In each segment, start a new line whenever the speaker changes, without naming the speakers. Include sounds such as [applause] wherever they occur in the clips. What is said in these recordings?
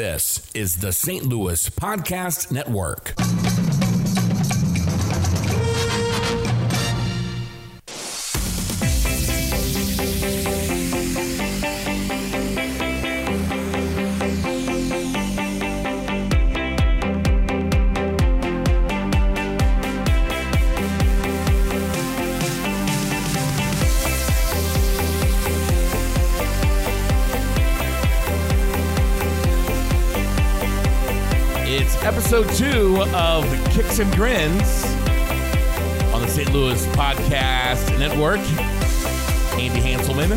This is the St. Louis Podcast Network.
It's episode two of Kicks and Grins on the St. Louis Podcast Network. Andy Hanselman,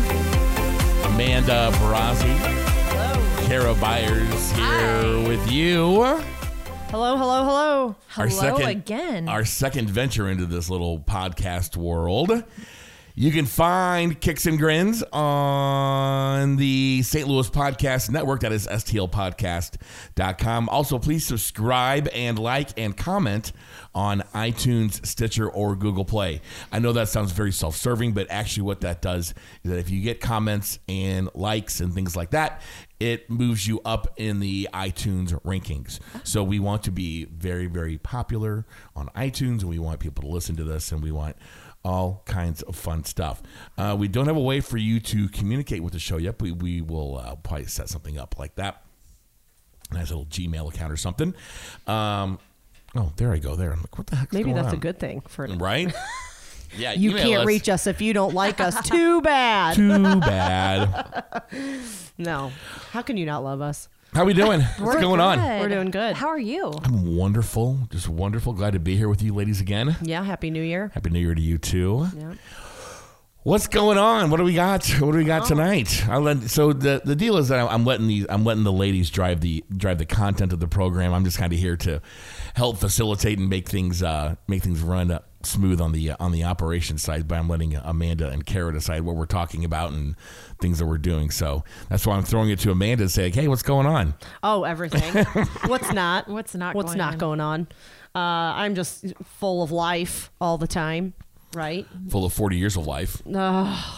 Amanda Barazzi, Kara Byers here with you.
Hello, hello, hello.
Our second
again.
Our second venture into this little podcast world. You can find Kicks and Grins on the St. Louis Podcast Network. That is stlpodcast.com. Also, please subscribe and like and comment on iTunes, Stitcher, or Google Play. I know that sounds very self serving, but actually, what that does is that if you get comments and likes and things like that, it moves you up in the iTunes rankings. So we want to be very, very popular on iTunes, and we want people to listen to this, and we want all kinds of fun stuff. Uh, we don't have a way for you to communicate with the show yet, but we will uh, probably set something up like that. Nice little Gmail account or something. Um, oh, there I go. There. I'm like, what the heck?
Maybe
going
that's a
on?
good thing for
right.
[laughs]
Yeah,
You
email
can't
us. [laughs]
reach us if you don't like us. Too bad.
Too bad.
no. How can you not love us?
How we doing? What's going on?
[laughs] We're doing good.
How are you?
I'm wonderful. Just wonderful. Glad to be here with you, ladies, again.
Yeah, happy new year.
Happy New Year to you too.
Yeah.
What's going on? What do we got? What do we
Oh.
got tonight? I let, so the the deal is that I'm, I'm letting these I'm letting the ladies drive the drive the content of the program. I'm just kind of here to help facilitate and make things uh, make things run uh, smooth on the uh, on the operations side. But I'm letting Amanda and Kara decide what we're talking about and things that we're doing. So that's why I'm throwing it to Amanda and saying, "Hey, what's going on?" [laughs]
Oh, everything. what's not?
What's not
What's
going
not
on?
going on? Uh, I'm just full of life all the time, right?
Full of 40 years of life.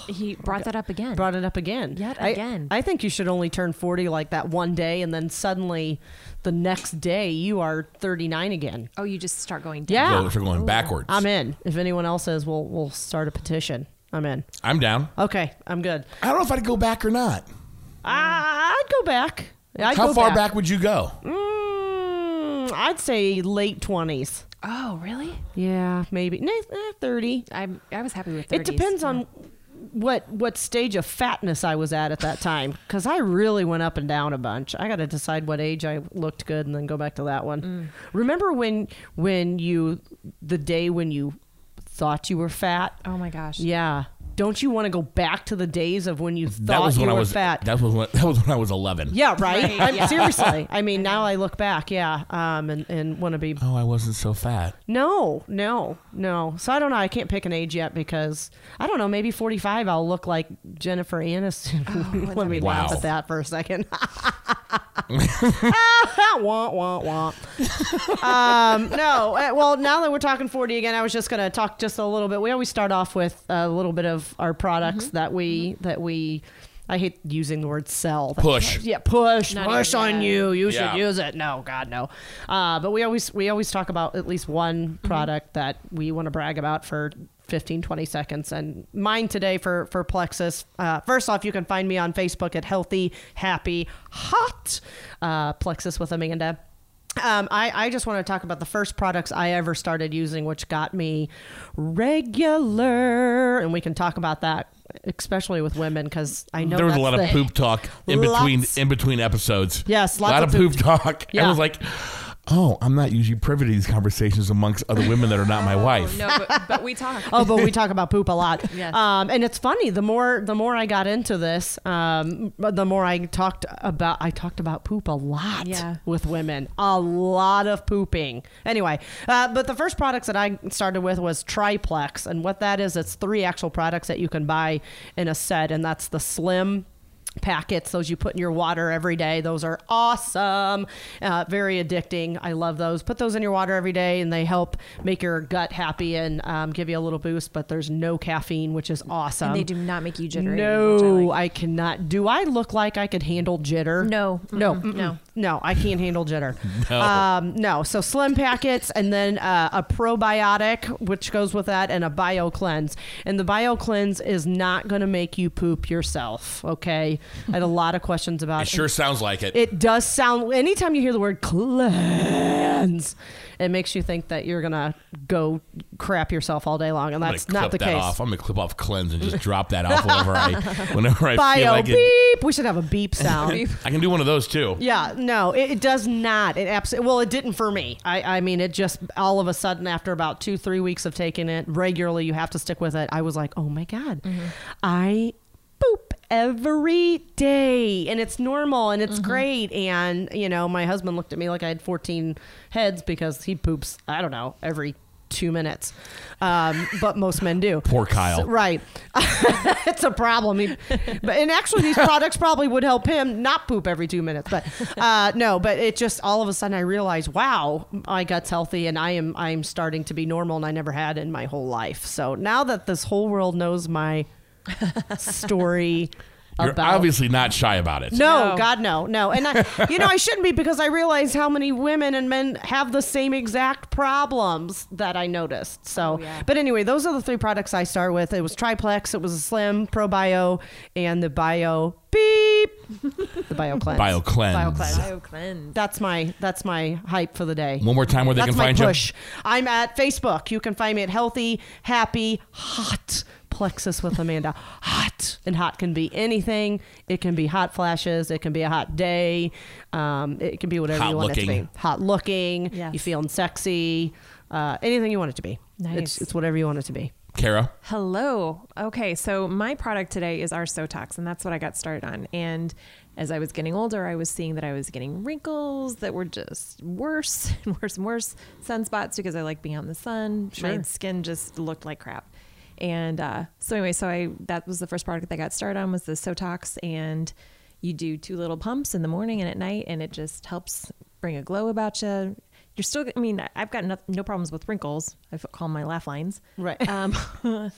He
[sighs]
brought that up again.
Brought it up again.
Yet
I-
again.
I think you should only turn 40 like that one day, and then suddenly the next day you are 39 again.
oh, you just start going down.
Yeah. Um,
So we're going backwards.
I'm in. If anyone else is, we'll we'll start a petition. I'm in.
I'm down.
Okay, I'm good.
I don't know if I'd go back or not.
I, I'd go back. I'd
How
go
far back would you go?
Mm, I'd say late twenties.
Oh, really?
Yeah, maybe nah, eh, thirty.
I'm. I was happy with. 30s.
It depends on what what stage of fatness I was at at that time, because I really went up and down a bunch. I got to decide what age I looked good, and then go back to that one. Remember when when you the day when you thought you were fat?
Oh my gosh.
Yeah. Don't you want to go back to the days of when you thought you
when
were
I was
fat?
That was when, [laughs] that was when I was 11.
yeah, right.
Right,
I'm,
yeah.
Seriously, I
[laughs]
mean, now I look back, yeah, um, and and want to be
Oh, I wasn't so fat.
no, no, no. So I don't know. I can't pick an age yet because I don't know. Maybe 45, I'll look like Jennifer Aniston. [laughs]
Oh,
Let me
be
laugh
nice?
at that for a second. [laughs]
[laughs]
wah, wah, wah. um, no, uh, well, now that we're talking 40 again, I was just going to talk just a little bit. We always start off with a little bit of our products
Mm-hmm.
that we, that we, I hate using the word sell.
Push.
Yeah, push,
Not
push
even
on
that.
you. You
Yeah.
should use it. No, God, no. Uh, but we always we always talk about at least one
Mm-hmm.
product that we want to brag about for 15, 20 seconds. And mine today for for Plexus. Uh, first off, you can find me on Facebook at Healthy Happy Hot uh, Plexus with Amanda. Um, I, I just want to talk about the first products I ever started using, which got me regular, and we can talk about that, especially with women, because I know
there was a
that's
lot of
the-
poop talk in between
Lots.
in between episodes.
Yes,
a lot of
lots
poop,
of poop
talk. I
Yeah.
was like, oh, I'm not usually privy to these conversations amongst other women that are not my wife.
Oh, No, but, but we talk.
[laughs] oh, but we talk about poop a lot.
Yes.
Um, and it's funny. The more the more I got into this, um, the more I talked about I talked about poop a lot
Yeah.
with women. A lot of pooping. Anyway, uh, but the first products that I started with was Triplex, and what that is, it's three actual products that you can buy in a set, and that's the slim packets those you put in your water every day those are awesome uh, very addicting i love those put those in your water every day and they help make your gut happy and um, give you a little boost but there's no caffeine which is awesome
they do not make you jittery. which I
no
like.
i cannot do i look like i could handle jitter
No.
no
Mm-mm. No.
no, I can't
[laughs]
handle jitter. no. Um, no. So slim packets and then uh, a probiotic, which goes with that, and a bio cleanse. And the bio cleanse is not going to make you poop yourself. Okay.
[laughs]
I had a lot of questions about
It sure sounds like it.
it does sound anytime you hear the word cleanse it makes you think that you're gonna go crap yourself all day long and
I'm
that's
gonna
not
clip
the
that
case
off. I'm gonna clip off cleanse and just drop that off whenever
[laughs]
I whenever I feel
bio
like
beep
it.
we should have a beep sound
Beep.
I can do one of those too.
yeah no it, it does not it absolutely well it didn't for me I, I mean it just all of a sudden after about two three weeks of taking it regularly you have to stick with it i was like oh my god
Mm-hmm.
i poop every day and it's normal and it's
Mm-hmm.
great and you know my husband looked at me like i had 14 heads because he poops i don't know every two minutes um, but most men do
Poor Kyle.
So- right [laughs] it's a problem He- but and actually these products probably would help him not poop every two minutes but uh, no but it just all of a sudden i realized wow my gut's healthy and i am i'm starting to be normal and i never had in my whole life so now that this whole world knows my story
You're
about
obviously not shy about it.
no,
No.
God, no, no. And I, you know, I shouldn't be because I realize how many women and men have the same exact problems that I noticed. So,
Oh, yeah.
but anyway, those are the three products I start with. It was Triplex, it was a Slim, ProBio, and the Bio Beep, the Bio Cleanse.
Bio cleanse.
Bio Cleanse.
Bio cleanse.
That's my that's my hype for the day.
One more time where they
That's
can
my
find
push. I'm at Facebook. You can find me at Healthy, Happy, Hot Plexus with Amanda. Hot and hot can be anything. It can be hot flashes. It can be a hot day. Um, it can be whatever
Hot
you want it to
looking.
be. Hot looking.
Yes.
You feeling sexy. Uh, anything you want it to be. It's,
Nice.
it's whatever you want it to be.
you. Kara.
Hello. Okay, so my product today is our Sotox, and that's what I got started on. And as I was getting older, I was seeing that I was getting wrinkles that were just worse [laughs] and worse and worse, sunspots because I like being out in the sun. My skin just looked like crap. And uh, so anyway, so I that was the first product that I got started on was the Sotox, and you do two little pumps in the morning and at night, and it just helps bring a glow about you. You're still, I mean, I've got no, no problems with wrinkles. I call them my laugh lines [laughs]
Right.
um,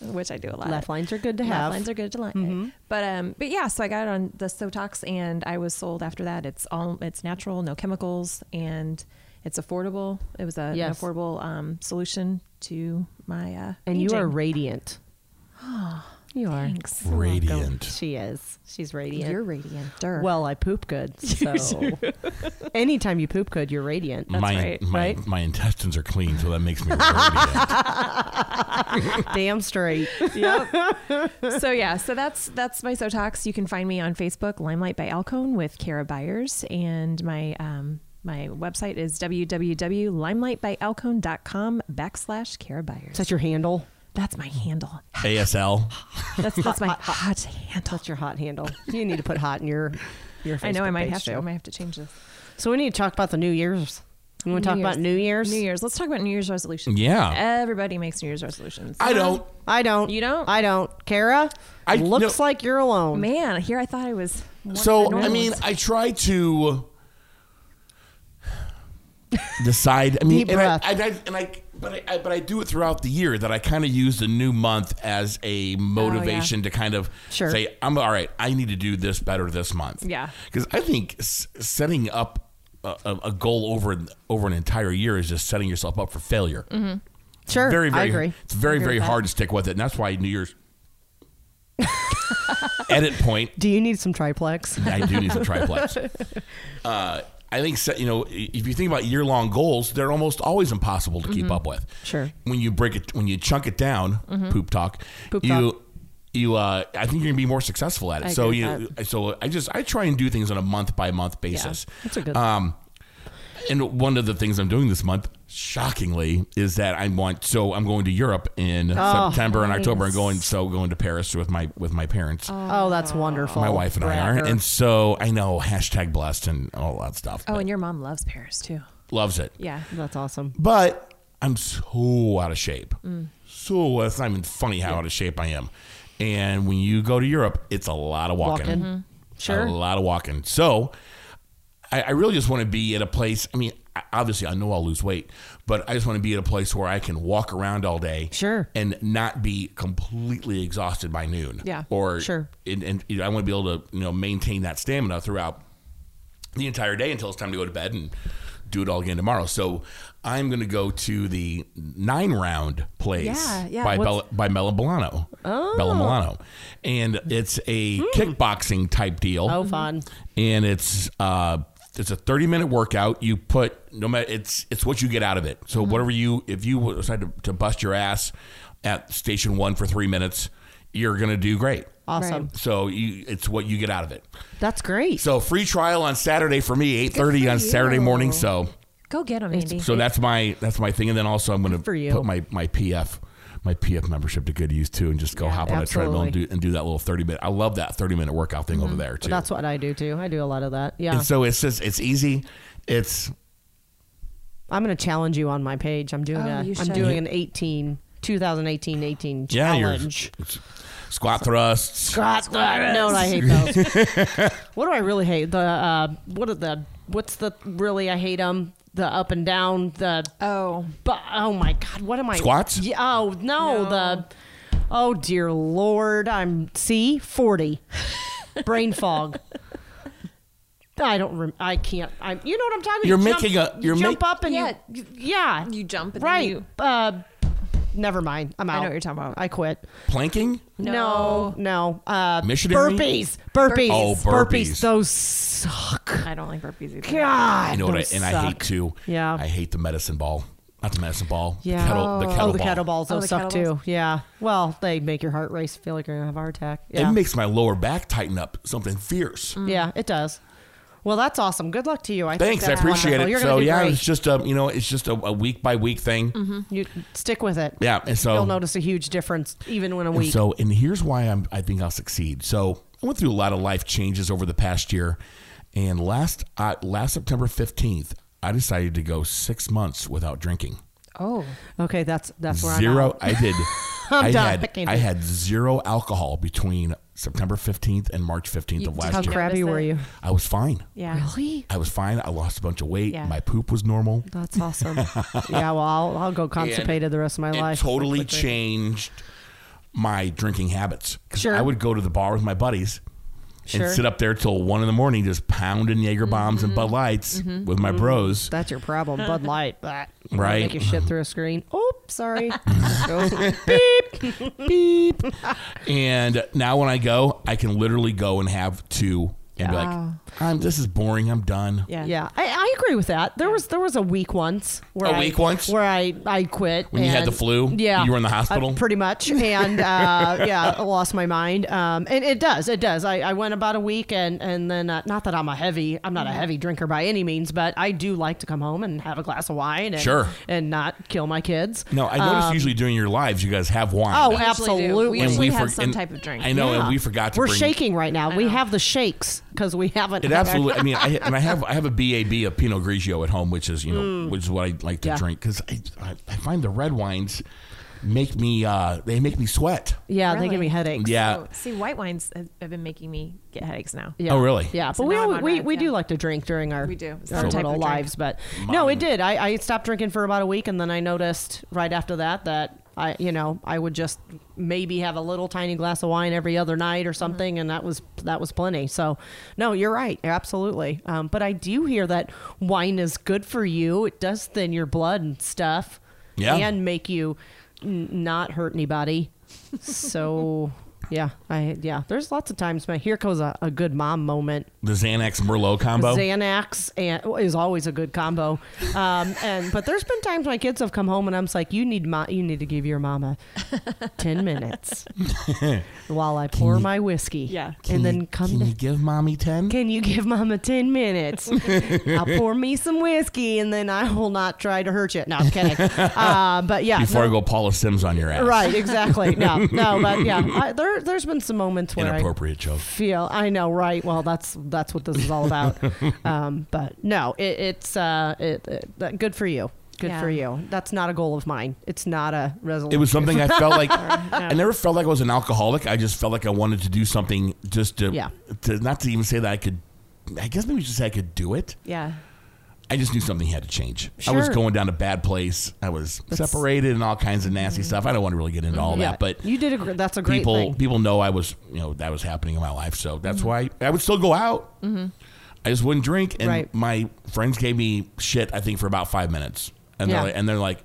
which I do a lot.
Laugh lines are good to
Laugh
have. Mm-hmm.
lines are good to like. But um, but yeah, so I got it on the Sotox, and I was sold after that. It's all it's natural, no chemicals, and it's affordable. It was a,
Yes.
an affordable um, solution to my uh,
And you
aging.
are radiant. you are.
Thanks.
Radiant.
She is. She's radiant.
You're radiant. Durr.
well, I poop good. So anytime you poop good, you're radiant.
my
right,
my
right?
my intestines are clean, so that makes me radiant. [laughs]
Damn straight.
[laughs] so yeah, so that's that's my Sotox. You can find me on Facebook, Limelight by Alcone with Kara Byers, and my um, my website is www.limelightbyalcone.com backslash Kara Byers.
Is that your handle?
That's my [laughs] handle.
ASL.
That's that's my hot handle.
That's your hot handle. You need to put hot in your your. Facebook
I know I might
page,
have to. I
too.
might have to change this.
So we need to talk about the New Year's. You want to talk about New Year's?
New Year's. Let's talk about New Year's resolutions.
Yeah.
Everybody makes New Year's resolutions.
I don't.
I don't.
You don't?
I don't. Kara,
I-
looks
no.
like you're alone.
Man, here I thought I was. one of the
So I
normal
mean,
ones.
I try to decide. I mean,
Deep
and I,
breath.
and I, and I, but I, I, but I do it throughout the year that I kind of use the new month as a motivation to kind of
Oh, Sure.
say, I'm all right. I need to do this better this month.
Yeah.
because I think s- setting up a, a- a goal over over an entire year is just setting yourself up for failure.
Mm-hmm. Sure.
Very, very,
I agree.
it's very, very
with
hard to stick with it, and that's why New Year's [laughs] edit point
Do you need some triplex?
I do need some triplex.
[laughs]
Uh, I think se- you know if you think about year long goals, they're almost always impossible to keep up with.
Mm-hmm. Sure. Mm-hmm.
When you break it, when you chunk it down, poop talk.
Poop
you,
talk.
You, uh, I think you're gonna be more successful at it.
I
so
agree
you,
with
so I just I try and do things on a month by month basis.
that's a good-
Um, and one of the things I'm doing this month, shockingly, is that I want. So I'm going to Europe in
Oh,
September and October, and going so going to Paris with my with my parents
Oh, that's wonderful.
my wife and I are.
Bragger.
And so I know hashtag blessed and all that stuff.
Oh, and your mom loves Paris too.
loves it.
Yeah.
that's awesome.
But I'm so out of shape.
Mm.
So it's not even funny how out of shape I am. And when you go to Europe, it's a lot of walking.
Walking. Mm-hmm. Sure.
A lot of walking. So I, I really just want to be at a place. I mean, I- obviously, I know I'll lose weight, but I just want to be at a place where I can walk around all day.
Sure.
And not be completely exhausted by noon.
Yeah.
Or
Sure.
And, and you know, I want to be able to you know maintain that stamina throughout the entire day until it's time to go to bed and do it all again tomorrow. So I'm going to go to the nine round place
Yeah, yeah.
by
What's-
Bella, by Mella Milano. Oh. Bella Milano. And it's
Hmm.
a kickboxing type deal.
Oh, fun.
Mm-hmm.
And it's uh it's a 30 minute workout. You put no matter it's it's what you get out of it. So
Hmm.
whatever you if you decide to, to bust your ass at station 1 for 3 minutes, you're going to do great.
Awesome.
So you it's what you get out of it.
That's great.
So free trial on Saturday for me, eight thirty on Saturday morning. So
Go get them, Andy.
so that's my that's my thing. And then also I'm going
for
to
you.
put my my PF my PF membership to good use too, and just go hop on a treadmill and do
absolutely. Mm-hmm.
and do that little thirty minute. I love that thirty minute workout thing over there too.
That's what I do too. I do a lot of that. Yeah.
and so it's just it's easy. It's
I'm going to challenge you on my page. I'm doing
Oh,
a
you
I'm
should.
doing an 18 2018 18
yeah, you're-
challenge.
it's squat thrusts.
God, no, I hate those.
[laughs]
what do I really hate? The uh, what are the what's the really I hate them. The up and down, the
oh,
but oh my god, what am I
Squats?
Yeah, oh no,
No.
the oh dear lord, I'm see
[laughs]
forty, brain fog. I don't. Rem- I can't. I. You know what I'm talking.
You're
about.
making a- you're
jump
ma-
up and
Yeah.
you, yeah.
you jump and
right.
Then you,
Uh, never mind. I'm out.
know what you're talking about.
I quit.
Planking?
No, no. Uh,
Missionary?
burpees, burpees,
Oh, burpees.
Those suck.
I don't like burpees either.
God,
You know what? I,
those
and I
suck.
hate too.
Yeah.
I hate the medicine ball. Not the medicine ball.
Yeah.
The kettle, the kettlebell.
Oh, the kettlebells,
Oh,
those
the
suck
kettlebells.
too. Yeah. Well, they make your heart race, feel like you're gonna have a heart attack.
It
Yeah.
makes my lower back tighten up something fierce.
yeah, it does. Well, that's awesome. Good luck to you. I think
Thanks, I
that's
appreciate
wonderful.
it.
You're gonna
So
do
yeah,
great. Mm-hmm.
it's just a you know it's just a, a week by week thing.
you stick with it.
Yeah, and so
You'll notice a huge difference even in a
and
week.
so and here's why I'm I think I'll succeed. So I went through a lot of life changes over the past year, and last uh, last September 15th, I decided to go six months without drinking.
Oh,
okay, that's that's where
Zero. I did.
[laughs] I'm
I
done. I
had
can't
I
do it.
had zero alcohol between September 15th and March 15th of
I'm
You-
out. How
last year.
crabby
Notice
were
it.
you?
I was fine.
yeah.
Really?
I was fine. I lost a bunch of weight.
Yeah.
My poop was normal.
That's
[laughs]
awesome. yeah, well, I'll, I'll go constipated the rest of my
it
life.
totally
Quickly.
changed my drinking habits. 'Cause
Sure.
I would go to the bar with my buddies
Sure. Mm-hmm.
and sit up there till one in the morning, just pounding Jaeger bombs and Bud Lights with my bros.
That's your problem. Bud Light, but
Right.
Make you shit through a screen. Oh,
[laughs]
sorry. [laughs]
Beep. and now when I go, I can literally go and have two and be
Wow.
like, I'm, "This is boring. I'm done."
Yeah.
yeah, I, I agree with that. There was there was a week once where
A
I-
week once?
where I I quit
When you had
and-
the flu?
Yeah,
You were in the
uh,
hospital?
pretty much,
[laughs]
and uh, yeah, I lost my mind. Um, and it does, it does. I, I went about a week, and and then uh, not that I'm a heavy, I'm not
Mm-hmm.
a heavy drinker by any means, but I do like to come home and have a glass of wine, and,
Sure.
and not kill my kids. Uh,
No, I noticed usually during your lives, you guys have wine.
Um, Oh,
We usually do.
absolutely.
We
And
usually
for-
have some
and
type of drink.
I know, and
Yeah.
we forgot to
We're
bring
shaking right now. We have the shakes because we haven't. [laughs]
It
had our-
absolutely. I mean, I and I have I have a BAB of Pinot Grigio at home, which is you know which is what I like to
Mm. Yeah.
drink 'cause drink because I, I I find the red wines make me uh they make me sweat.
Yeah, they give
Really?
me headaches.
Yeah.
Oh, see, white wines have, have been making me get headaches now.
Yeah.
Oh, really?
Yeah,
So
but we
now I'm
always,
on
we,
rides,
we
yeah.
do like to drink during our,
We do. It's
our
our type
little
of drink.
lives. But no, it did. I, I stopped drinking for about a week, and then I noticed right after that that I you know I would just maybe have a little tiny glass of wine every other night or something, and that was that was plenty. So no, you're right, absolutely. Um, but I do hear that wine is good for you. It does thin your blood and stuff,
Yeah.
and make you n- not hurt anybody. so. [laughs] Yeah, I yeah. There's lots of times, but here goes a, a good mom moment.
The Xanax Merlot combo.
Xanax and well, is always a good combo. Um, [laughs] and but there's been times my kids have come home and I'm just like, you need mo- you need to give your mama
[laughs]
ten minutes while I pour my whiskey.
Yeah.
and then
you,
come.
Can
to-
you give mommy ten?
[laughs] can you give mama
[laughs]
10 minutes? I'll pour me some whiskey and then I will not try to hurt you. No,
[laughs]
I'm kidding. Uh, but yeah.
Before
no-
I go Paula Sims on your ass.
Right, exactly. No, no,
[laughs]
but yeah, I, there, there's been some moments where I,
Inappropriate joke.
feel i know right well that's that's what this is all about
[laughs]
um, but no it, it's uh it, it, that- good for you good
Yeah.
for you that's not a goal of mine it's not a resolution
It was something I felt
[laughs]
like I never felt like I was an alcoholic. I just felt like I wanted to do something just to,
Yeah.
to not to even say that I could. I guess maybe just say I could do it.
Yeah.
I just knew something had to change. I was
Sure.
going down a bad place. I was separated and all kinds of nasty stuff. I don't want to really get into all
Mm-hmm. Yeah.
that, but
you did a gr- that's a great
people
thing Mm-hmm.
people know I was you know that was happening in my life, so that's why I would still go out. I I just wouldn't drink, and
Right.
my friends gave me shit. I think for about five minutes, and
Yeah.
they're like, and they're like,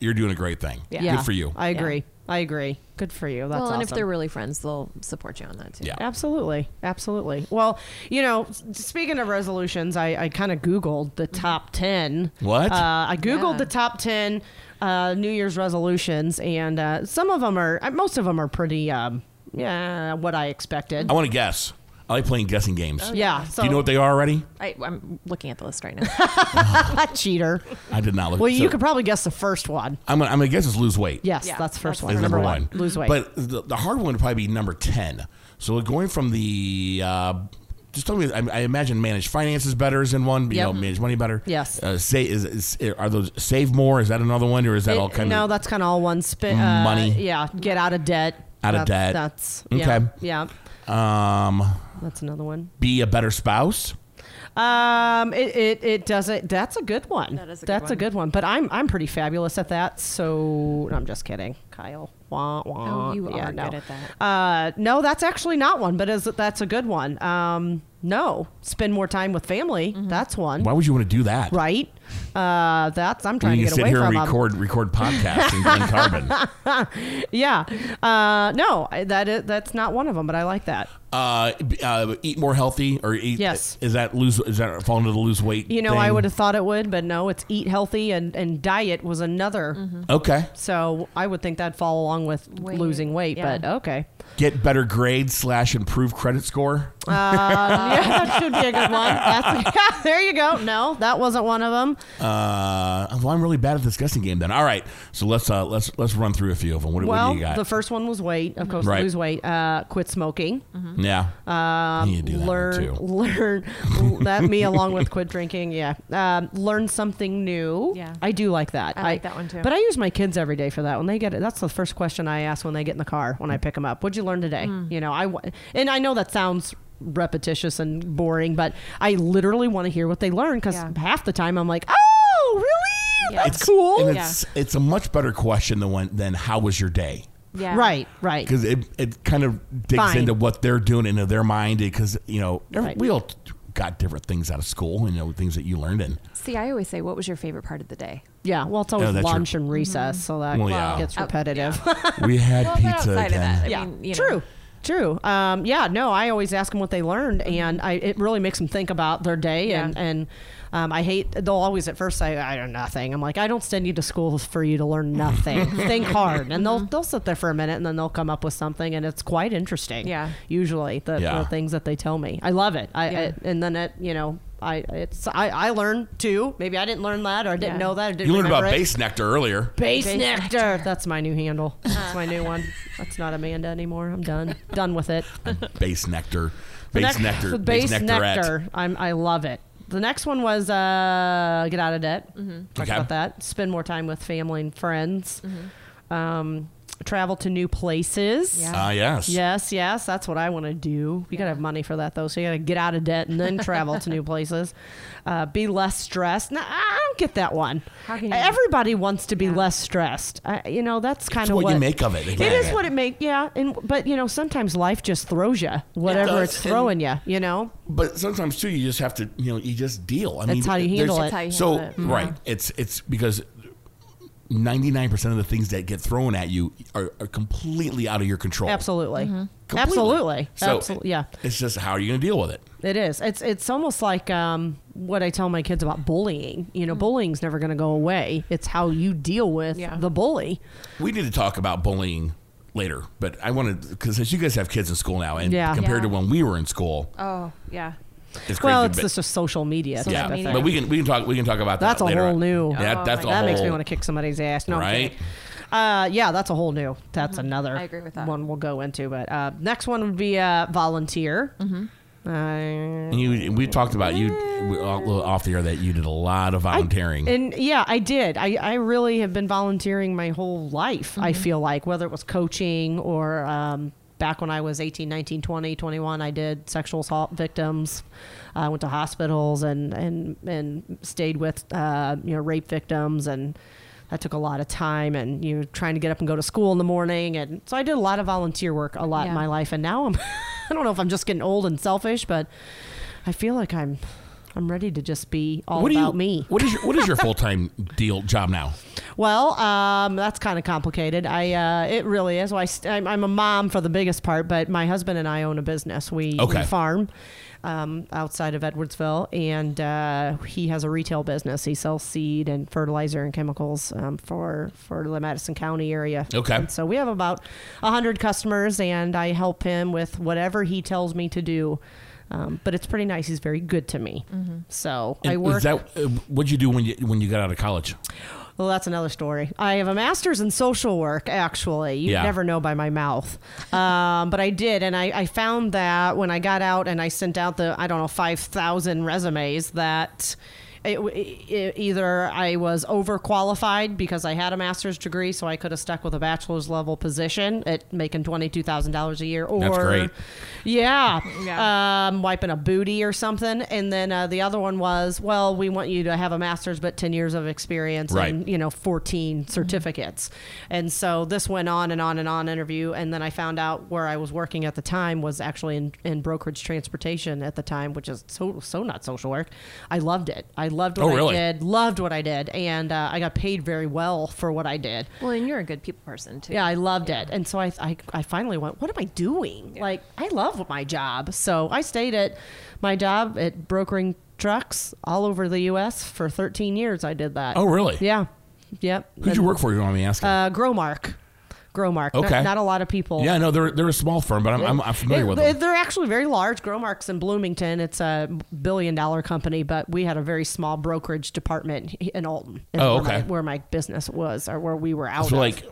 "You're doing a great thing.
Yeah.
Good for you."
I agree. I agree. Good for you. That's
well, and if
awesome.
they're really friends, they'll support you on that too.
Yeah.
Absolutely. Absolutely. Well, you know, s- speaking of resolutions, I, I kind of Googled the top 10.
What?
Uh, I Googled
Mm-hmm. Yeah.
the top 10 uh, New Year's resolutions, and uh, some of them are, uh, most of them are pretty, um, yeah, what I expected.
I want to guess. I like playing guessing games.
Oh,
yeah. Oh, So,
Do you
[laughs]
know what they are already?
I, I'm looking at the list [laughs] right now.
cheater.
I did not look.
Well, you
so
could probably guess the first one.
I'm gonna, I'm gonna guess it's lose weight.
Yes,
Yeah,
that's the first
that's
one.
is number one.
Lose weight.
But the, the hard one would probably be number ten. So going from the. Uh, just tell me. I, I imagine manage finances better is in one. You
Yep.
know, manage money better.
Yes.
Uh, say is, is are those save more? Is that another one, or is that all
It-
kind
no,
of?
that's kind of all one spin. Uh,
Money.
Yeah, get out of debt.
Out of debt.
That's- That's
Okay.
Yeah, yeah,
Um,
that's another one.
be a better spouse.
Um, it, it, it doesn't. That's a good one.
That is a good
that's a
one.
good one. But I'm I'm pretty fabulous at that. So no, I'm just kidding, Kyle. Wah, wah.
Oh, you
yeah,
are
no.
good at that.
Uh, no, that's actually not one. But is that's a good one? Um, no, spend more time with family.
Mm-hmm.
That's one.
Why would you want to do that?
Right. Uh, that's I'm
When
trying
you
to
can
get
sit
away
here
from
and
'em.
record record podcasts and Glen Carbon.
[laughs] Yeah. Uh, no, I- that is, that's not one of them, but I like that.
Uh, b- uh, eat more healthy or eat.
Yes.
Is that lose? Is that fall into the lose weight?
You know, I
thing?
would have thought it would, but no, it's eat healthy and, and diet was another.
Mm-hmm.
Okay.
So I would think that'd fall along with
Weight,
losing weight,
yeah.
but okay.
Get better grades slash improve credit score.
[laughs]
Uh,
yeah, that should be a good one. That's,
[laughs]
[laughs] there you go. No, that wasn't one of them.
Uh, well, I'm really bad at this guessing game. Then, all right. So let's uh, let's let's run through a few of them. What, what
Well,
do you got?
the first one was weight, of course,
Right.
lose weight, uh, quit smoking,
yeah. Um, you do that one,
learn,
too.
[laughs] learn that me along with quit drinking. Yeah, um, learn something new.
Yeah.
I do like that.
I like that one, too.
But I use my kids every day for that. When they get it, that's the first question I ask when they get in the car when I pick them up. What'd you learn today?
Mm.
You know, I wa- and I know that sounds repetitious and boring, but I literally want to hear what they learn because
Yeah.
half the time I'm like, oh, really?
Yeah.
That's
It's-
cool.
And it's it's a much better question than one than how was your day.
Yeah.
Right, right.
because it, it kind of digs
Fine.
into what they're doing into their mind because you know every-
Right.
we all got different things out of school you know things that you learned
[laughs]
and
See, I always say, what was your favorite part of the day?
Yeah, well, it's
Oh,
always
that's your-
lunch and recess, so that
Well, yeah.
gets
Mm-hmm. Oh,
repetitive. [laughs]
we had
Well, but
pizza
outside of
again
that, I
yeah,
mean, you know.
true, true. Um, yeah, no, I always ask them what they learned, and I, it really makes them think about their day. And
Mm-hmm. Yeah.
and um, I hate they'll always at first say I don't nothing. I'm like I don't send you to school for you to
[laughs]
learn nothing. think hard, and they'll
Mm-hmm.
they'll sit there for a minute, and then they'll come up with something, and it's quite interesting.
Yeah.
usually the,
Yeah.
the things that they tell me, I love it. I,
Yeah.
I and then it you know. I it's I, I learned too. Maybe I didn't learn that, or I didn't
Yeah.
know that. Or didn't
you learned about
remember it.
base nectar
[laughs]
earlier
Base,
Base
nectar. That's my new [laughs] handle. That's my new one. That's not Amanda anymore. I'm done. Done with
[laughs]
it.
base nectar base
Nec-
nectar
the Base,
nectarette.
nectar. I'm, I love it. The next one was uh, get out of debt. Mm-hmm. Talked
Okay.
about that. Spend more time with family and friends. Um, travel to new places.
Yeah.
ah yes
Yes, yes, that's what I want to do. You gotta have money for that though, so you gotta get out of debt and
[laughs]
then travel to new places. Uh, be less stressed. No, I don't get that one.
How can you-
Everybody wants to be
Yeah.
less stressed. I, you know, that's kind
It's
of
what
what,
you make of it,
It is
again.
what it make. Yeah, and but you know, sometimes life just throws you whatever
does,
it's throwing you. You know,
but sometimes too you just have to you know you just deal i
That's
mean
how you handle
there's-
it. That's
how you
so
handle it. Mhm.
right it's it's because 99% of the things that get thrown at you are, are completely out of your control
absolutely,
Mm-hmm.
Completely.
absolutely,
so
absolutely. Yeah,
it's just how are you going to deal with it
It is. It's it's almost like um, what I tell my kids about bullying. You know, bullying's never going to go away. It's how you deal with
Mm. Yeah.
the bully.
We need to talk about bullying later, but I wanted because as you guys have kids in school now, and
Yeah.
compared to
Yeah.
when we were in school,
Oh, yeah.
it's crazy.
Well, it's
but-
just a social media.
Social
type
yeah,
of
media.
thing.
but we can we can talk we can talk about
That's
that.
a
later.
whole new-
Yeah,
Oh
that's a
my
whole.
God.
that makes me want to kick somebody's ass. No, I'm
Right?
kidding. Uh, yeah, that's a whole new. That's another.
Uh-huh. I agree with that.
One we'll go into, but uh, next one would be uh, volunteer.
Mm-hmm.
Uh,
And you, we talked about you we- a little off the air that you did a lot of volunteering.
And yeah, I did. I, I really have been volunteering my whole life, I feel like, whether it was coaching or um, back when I was 18, 19, 20, 21, I did sexual assault victims. I went to hospitals and, and, and stayed with, uh, you know, rape victims and that took a lot of time and you know, trying to get up and go to school in the morning. And so I did a lot of volunteer work a lot in [laughs]
Yeah.
my life. And now I'm, I don't know if I'm just getting old and selfish, but I feel like I'm I'm ready to just be all
do
about
you,
me.
What is your what is your full time deal job now?
Well, um, that's kind of complicated. I uh, it really is. Well, I st- I'm, I'm a mom for the biggest part, but my husband and I own a business. We, we
Okay.
farm um, outside of Edwardsville, and uh, he has a retail business. He sells seed and fertilizer and chemicals um, for for the Madison County area.
Okay.
And so we have about hundred customers, and I help him with whatever he tells me to do. Um, but it's pretty nice. He's very good to me. So I
Mm-hmm. And
work.
Is that uh, what'd you do when you when you got out of college?
Well, that's another story. I have a master's in social work, actually. You
Yeah.
never know by my mouth. Um, but I did. And I, I found that when I got out and I sent out the, I don't know, 5,000 resumes, that it, it, either I was overqualified because I had a master's degree, so I could have stuck with a bachelor's level position at making $22,000 a year, or
That's great.
yeah.
Yeah.
Um, wiping a booty or something. And then uh, the other one was, well, we want you to have a master's, but 10 years of experience
Right.
and, you know, 14 certificates. And so this went on and on and on interview. And then I found out where I was working at the time was actually in, in brokerage transportation at the time, which is so, so not social work. I loved it. I loved what
Oh, really?
I did, loved what I did. And uh, I got paid very well for what I did.
Well, and you're a good people person too.
Yeah, I loved it. And so I, I, I finally went, what am I doing? Like, I love my job. So I stayed at my job at brokering trucks all over the U.S. for 13 years. I did that.
Oh, really?
Yeah. Yep.
Who'd you work for? You want me asking?
Uh, Growmark. Growmark. Not-
Okay.
Not, a lot of people.
yeah, no, they're they're a small firm, but I'm I'm, I'm familiar
It-
with them.
They're actually very large. Growmark's in Bloomington. It's a billion dollar company, but we had a very small brokerage department in Alton. is
Oh,
where my-
okay.
where my business was or where we were out
So
of.
like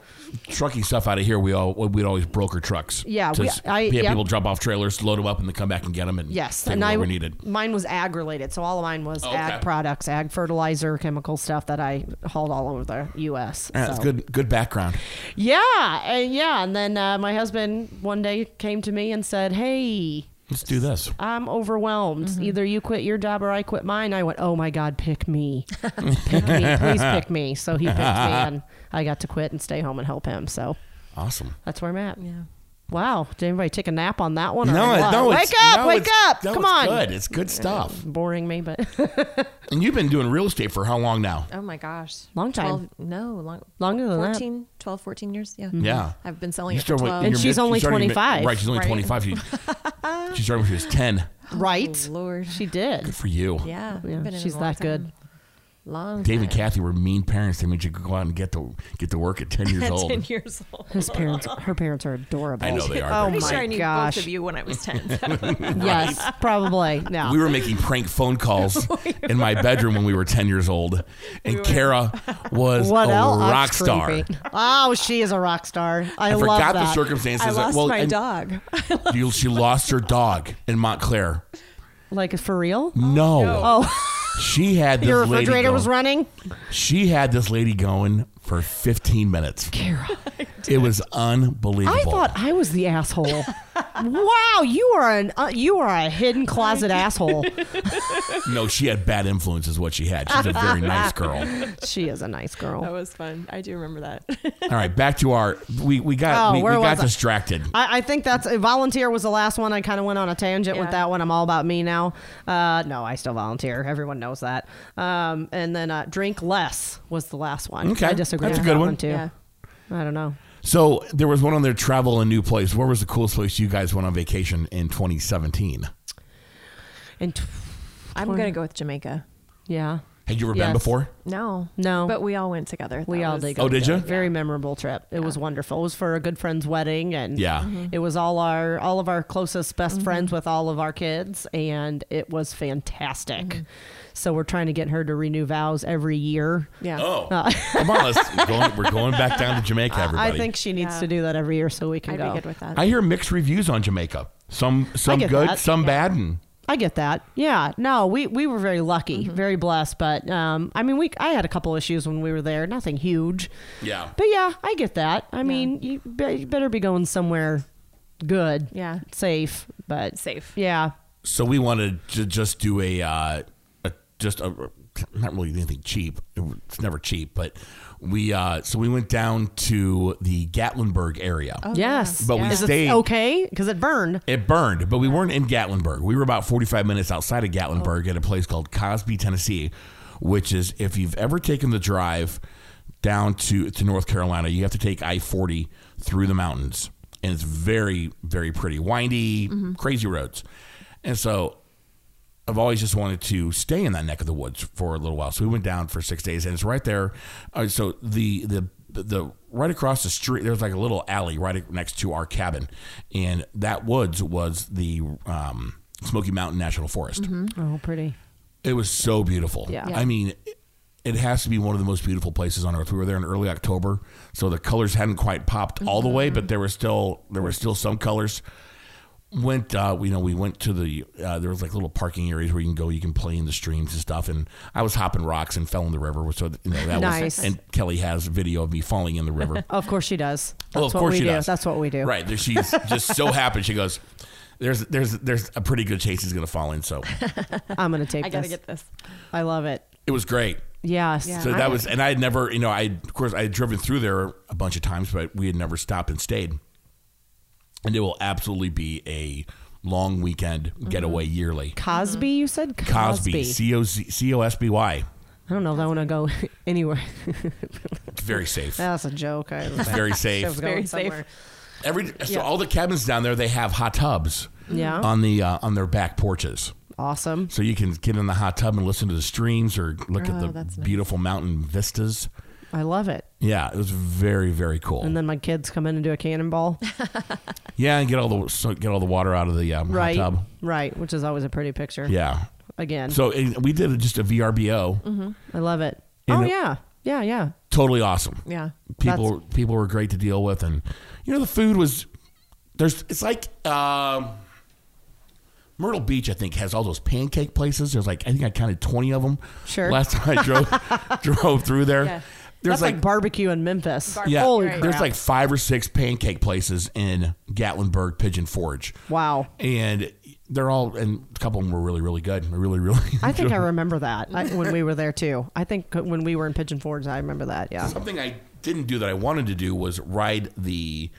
trucking stuff out of here, we all we'd always broker trucks.
Yeah,
to
we-
s-
I-
we had
yeah.
people drop off trailers, load them up, and then come back and get them. And
Yes,
take
and I
what we needed.
Mine was ag related, so all of mine was
Oh, okay.
ag products, ag fertilizer, chemical stuff that I hauled all over the U.S.
Yeah, That's
so.
good good background.
Yeah, and yeah, and then uh, my husband one day came to me and said, "Hey."
Let's do this.
I'm overwhelmed. Either you quit your job or I quit mine. I went, oh my God, pick me. pick [laughs] me. Please pick me. So he picked [laughs] me, and I got to quit and stay home and help him. So
Awesome.
that's where I'm at.
Yeah.
Wow. Did anybody take a nap on that one? or
No,
what?
no,
Wake
it's-
up.
no,
wake
it's-
up.
no,
Come
it's
on.
good. It's good stuff.
Boring me, but. [laughs]
And you've been doing real estate for how long now?
Oh my gosh.
Long time.
12, no, long.
Longer than that.
14, 12, 14 years. Yeah.
Yeah.
Mm-hmm. I've been selling
You
it for
started when-
12.
in
And
your
she's
mid-
only
she started in your mid-
25.
right, she's only
Right.
25. She,
[laughs]
she started when she was 10.
Right.
Oh, Lord.
She did.
Good for you.
Oh, yeah.
Yeah,
I've been in it
she's
a long
that good.
time. Long
Dave
time.
and Kathy were mean parents. They made you go out and get to get to work at 10
[laughs]
years old.
10 years old.
His parents, her parents are adorable.
I know they are.
Oh
Pretty
Pretty
my
sure I knew
gosh!
both of you when I
[laughs]
was 10.
Yes, probably. No.
We were making prank phone
[laughs]
calls in my bedroom when we were 10 years old. And Kara was
what
a
else? That's
rock star.
creepy. Oh, she is a rock star. I,
I
love
forgot
that.
the circumstances.
I lost
well,
my
and
dog.
[laughs] you- she lost her dog in Montclair.
Like for real?
No.
Oh,
She had this
your
lady
refrigerator
go-
was running.
She had this lady going for 15 minutes.
[laughs] Kara,
It was unbelievable.
I thought I was the asshole. [laughs] wow, you are an uh, you are a hidden closet
[laughs]
asshole.
no, she had bad influence, is what she had. She's a very nice
[laughs]
girl.
She is a nice
That
girl.
was fun. I do remember that.
All right, back to our. We we got
Oh,
we, we
where
got
was I?
distracted.
I, I think that's uh, volunteer was the last one. I kind of went on a tangent
Yeah.
with that one. I'm all about me now. Uh, no, I still volunteer. Everyone knows that. Um, and then uh, drink less was the last one.
Okay.
I disagree.
That's a
with
good
that
one.
too.
Yeah.
I don't know.
So there was one on their travel a new place. Where was the coolest place you guys went on vacation in 2017?
And t-
I'm going to go with Jamaica.
yeah,
Had you ever been
Yes.
before?
No.
No.
But we all went together.
we
That
all
was-
did. Go
Oh, did
together.
you?
Very memorable trip. It was wonderful. It was for a good friend's wedding, and
Yeah.
Mm-hmm.
it was all our all of our closest best friends with all of our kids, and it was fantastic.
Mm-hmm.
So we're trying to get her to renew vows every year.
Yeah.
Oh, [laughs] come on, let's we're going, we're going back down to Jamaica. Everybody,
I think she needs
Yeah.
to do that every year so we can
I'd
go.
be good with that.
I hear mixed reviews on Jamaica. Some some
get
good,
that.
some bad, and
I get that. Yeah. No, we, we were very lucky,
Mm-hmm.
very blessed. But um, I mean, we I had a couple issues when we were there. Nothing huge.
Yeah.
But yeah, I get that. I mean, you, be, you better be going somewhere good.
Yeah.
Safe, but
Safe.
Yeah.
So we wanted to just do a, uh, a just a not really anything cheap. It's never cheap, but we uh, so we went down to the Gatlinburg area.
Oh, yes.
But we
Is it
stayed-
okay because it burned.
It burned, but we weren't in Gatlinburg. We were about 45 minutes outside of Gatlinburg at a place called Cosby, Tennessee, which is if you've ever taken the drive down to, to North Carolina, you have to take I 40 through the mountains. And it's very, very pretty, windy, crazy roads. And so I've always just wanted to stay in that neck of the woods for a little while. So we went down for six days, and it's right there. Uh, so the the the right across the street, there's like a little alley right next to our cabin, and that woods was the um, Smoky Mountain National Forest.
Oh, pretty.
It was so beautiful.
Yeah.
I mean, it has to be one of the most beautiful places on earth. We were there in early October, so the colors hadn't quite popped all the
Mm-hmm.
way, but there were still there were still some colors. Went, uh, you know, we went to the uh, there was like little parking areas where you can go, you can play in the streams and stuff. And I was hopping rocks and fell in the river, so you know that
Nice.
was. And Kelly has video of me falling in the
[laughs]
river.
Of course she does. That's
Well, Oh, of
what
course
we
she
do.
does.
That's what we do.
Right. There, she's just so happy. She goes, "There's, there's, there's a pretty good chase he's going to fall in." So
I'm gonna take
I
this.
gotta get this.
I love it.
it was great.
Yes.
Yeah.
So
I-
that was, and I had never, you know, I of course I had driven through there a bunch of times, but we had never stopped and stayed. And it will absolutely be a long weekend getaway
Mm-hmm.
yearly.
Cosby, you said
Cosby, C O Z C O S B Y.
I don't know if I want to go [laughs] anywhere.
It's very safe.
[laughs]
That's a joke. I was,
It's very
I was
safe.
going
Very safe.
somewhere.
Every so all the cabins down there, they have hot tubs.
[laughs]
Oh.
Yeah.
On the uh, on their back porches.
Awesome.
So you can get in the hot tub and listen to the streams or look
Oh,
at the
that's nice.
beautiful mountain vistas.
I love it.
Yeah, it was very very cool.
And then my kids come in and do a cannonball.
yeah, and get all the so get all the water out of the um,
right.
hot tub.
Right. Which is always a pretty picture.
Yeah.
Again.
So it, we did just a VRBO.
I love it.
You
oh
know-
yeah. Yeah, yeah.
Totally awesome.
Yeah.
People people were great to deal with, and you know the food was there's it's like um, Myrtle Beach. I think has all those pancake places. There's like I think I counted twenty of them.
Sure.
Last time
[laughs]
I drove drove through there,
Yeah.
there's
That's like,
like.
barbecue in Memphis.
Bar-
yeah,
Holy
right.
there's
crap.
like five or six pancake places in Gatlinburg Pigeon Forge,
wow.
and they're all and a couple of them were really really good. I really really.
I
enjoyed
think I remember that I, when we were there too. I think when we were in Pigeon Forge, I remember that. Yeah.
Something I didn't do that I wanted to do was ride the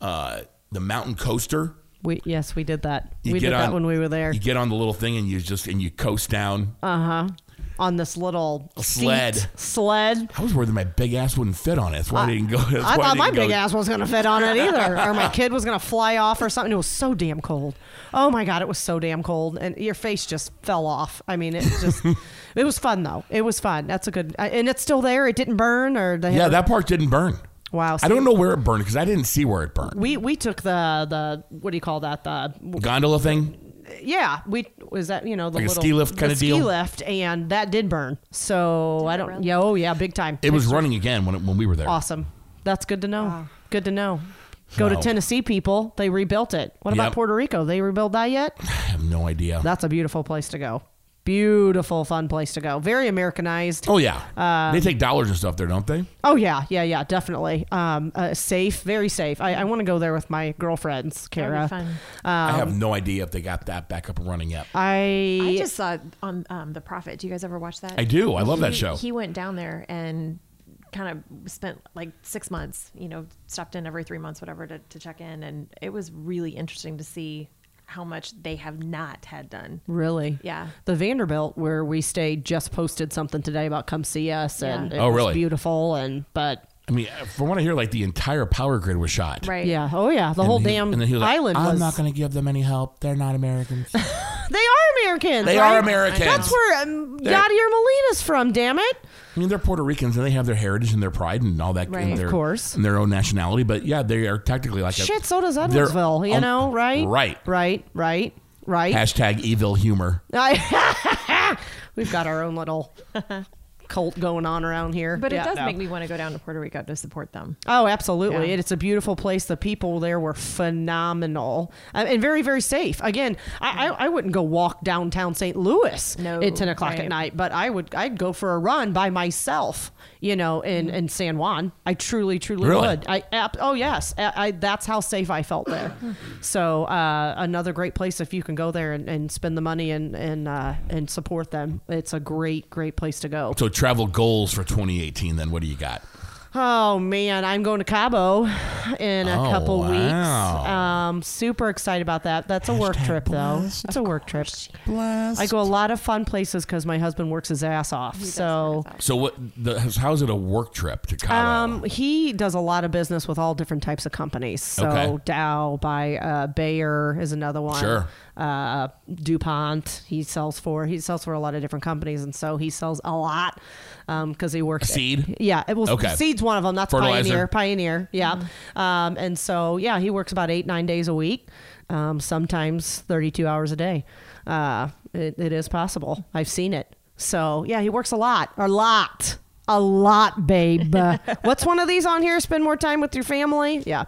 uh, the mountain coaster.
We yes, we did that.
You
we
get
did that
on-
when we were there Uh.
You get on the little thing and you just and you coast down.
on this little
sled.
seat- sled.
I was worried that my big ass wouldn't fit on it. That's why I, didn't go. [laughs] That's why
I thought my
didn't go.
big ass was going to fit on it either, or my kid was going to fly off or something. It was so damn cold. Oh my god, it was so damn cold, and your face just fell off. I mean, it just [laughs] it was fun though. It was fun. That's a good, I- and it's still there. It didn't burn, or they
Yeah,
had-
that part didn't burn.
Wow,
I
see-
don't know where it burned because I didn't see where it burned.
We we took the the what do you call that the
Gondola thing.
yeah we was that you know the
Like a
little
ski lift
the
kinda
ski
deal?
lift and that did burn so I don't yeah oh yeah big time
It was running again when it, when we were there.
Awesome. That's good to know. Good to know. Go to
So-
Tennessee, people. They rebuilt it. What about
Yep.
Puerto Rico? They rebuilt that yet?
I have no idea.
That's a beautiful place to go. Beautiful, fun place to go. Very Americanized.
oh yeah,
Uh,
they take dollars and stuff there, don't they?
Oh yeah, yeah, yeah, definitely. Um, uh, safe, very safe. I, I want to go there with my girlfriends, Kara.
That'd be fun.
I have
Um,
no idea if they got that back up and running yet.
I,
I just saw on um, The Prophet. Do you guys ever watch that?
I do. I love that
He-
show.
He went down there and kind of spent like six months, you know, stopped in every three months, whatever, to, to check in. And it was really interesting to see how much they have not had done.
really,
Yeah.
The Vanderbilt where we stayed just posted something today about come see us, and
Yeah.
it
Oh,
was
really?
beautiful. And but
I mean, from what I hear, like the entire power grid was shot.
Right.
yeah, oh yeah, the whole
And he-
damn
and then he was like,
island.
I'm
was,
not going to give them any help. They're not Americans.
They are Americans.
[laughs] They
right?
are Americans.
That's where um, Yadier Molina's from. Damn it!
I mean, they're Puerto Ricans and they have their heritage and their pride and all that.
Right.
and
Of
their,
course.
And their own nationality. But yeah, they are technically like
Shit,
a
so does
they're-
Edwardsville. You
um,
know, right?
Right.
Right. Right. Right.
Hashtag evil humor.
[laughs]
[laughs]
I- We've got our own little cult going on around here.
But
Yeah,
it does
no.
make me want to go down to Puerto Rico to support them.
Oh, absolutely.
Yeah.
It's a beautiful place. The people there were phenomenal uh, and very, very safe. Again, I, I, I wouldn't go walk downtown St. Louis
No,
at 10 o'clock at
right.
night, but I would, I'd go for a run by myself, you know,
Mm-hmm.
in, in San Juan. I truly, truly
Really?
would. I, ab- oh yes. I, I, that's how safe I felt
[clears throat]
there. so, uh, another great place if you can go there and, and spend the money and, and, uh, and support them. It's a great, great place to go.
So travel goals for 2018. Then what do you got?
Oh man, I'm going to Cabo in a
Oh,
couple
wow.
weeks. Um, super excited about that. That's a work
Hashtag
trip though.
blessed.
It's a work trip.
Blast.
I go a lot of fun places because my husband works his ass off. so.
So what? The, how's it a work trip to Cabo?
Um, he does a lot of business with all different types of companies. So
Okay.
Dow by uh, Bayer is another one.
Sure.
Uh, DuPont he sells for. He sells for a lot of different companies, and so he sells a lot because he works
Seed?
Yeah, it was
Okay.
seeds one of them. That's
Fertilizer. Mm-hmm.
pioneer. Pioneer. Yeah. Um, and so yeah, he works about eight nine days a week, um, sometimes thirty two hours a day. Uh, it, it is possible. I've seen it. So yeah, he works a lot, a lot, a
[laughs]
lot, babe. What's one of these on here? Spend more time with your family. Yeah.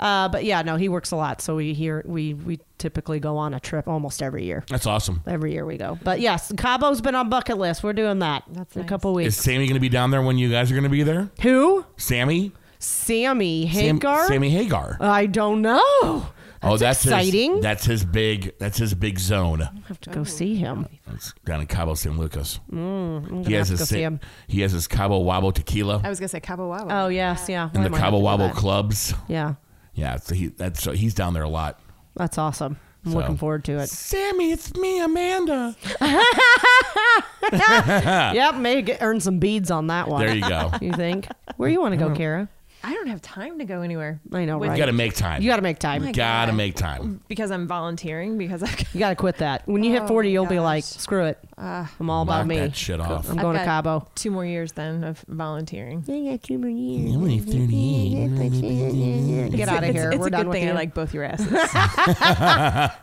Uh, but yeah, no, he works a lot. So we here we we typically go on a trip almost every year.
That's awesome.
Every year we go. But yes, Cabo's been on bucket list. We're doing that.
That's
in a
nice.
couple
Is
weeks.
Sammy going to be down there when you guys are going to be there?
Who?
Sammy.
Sammy
Sam-
Hagar.
Sammy Hagar.
I don't know.
oh, that's
exciting.
His, that's his big. That's his big zone.
I have to go see him.
It's down in Cabo San Lucas. he
Mm, have
has
to
his
go see
sa-
him.
he has his Cabo Wabo tequila
I was gonna say Cabo Wabo.
Oh yes, yeah.
and
We
the
might have
Cabo
to do
Wabo
that.
clubs.
Yeah,
Yeah, so he that's so he's down there a lot.
that's awesome. I'm
So-
looking forward to it.
Sammy, it's me, Amanda.
Yep, may get, earn some beads on that one.
Ah. There
[laughs] You,
you go.
think? Where you want to
Mm-hmm.
go, Kara?
I don't have time to go anywhere.
I know,
With-
You
right?
got to make time.
You got to make time.
Oh my
Gotta
God.
make time.
Because I'm volunteering. Because I've
You got to quit that. When you hit
Oh,
40, you'll be
gosh. Ah.
like, screw it. I'm all about
Knock
me.
that shit off.
I'm going to
got-
Cabo.
[laughs] two more years then of volunteering.
Get out of here.
[laughs] It's, it's
We're
a
done
good
with
thing
you.
I like both
[laughs]
your asses.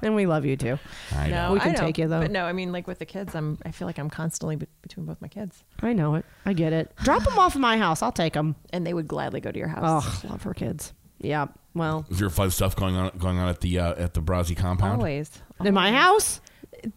and we love you too.
I know.
no,
We can
I know.
take you, though.
But no, I mean like with the kids, I'm. I feel like I'm constantly be- between both my kids,
I know it. I get it. Drop
Ah.
them off at my house. I'll take them.
and they would gladly go to your house.
Oh, love her kids. Yeah. Well,
Is there fun stuff going on going on at the uh, at the Brazzi compound?
Always.
in my house?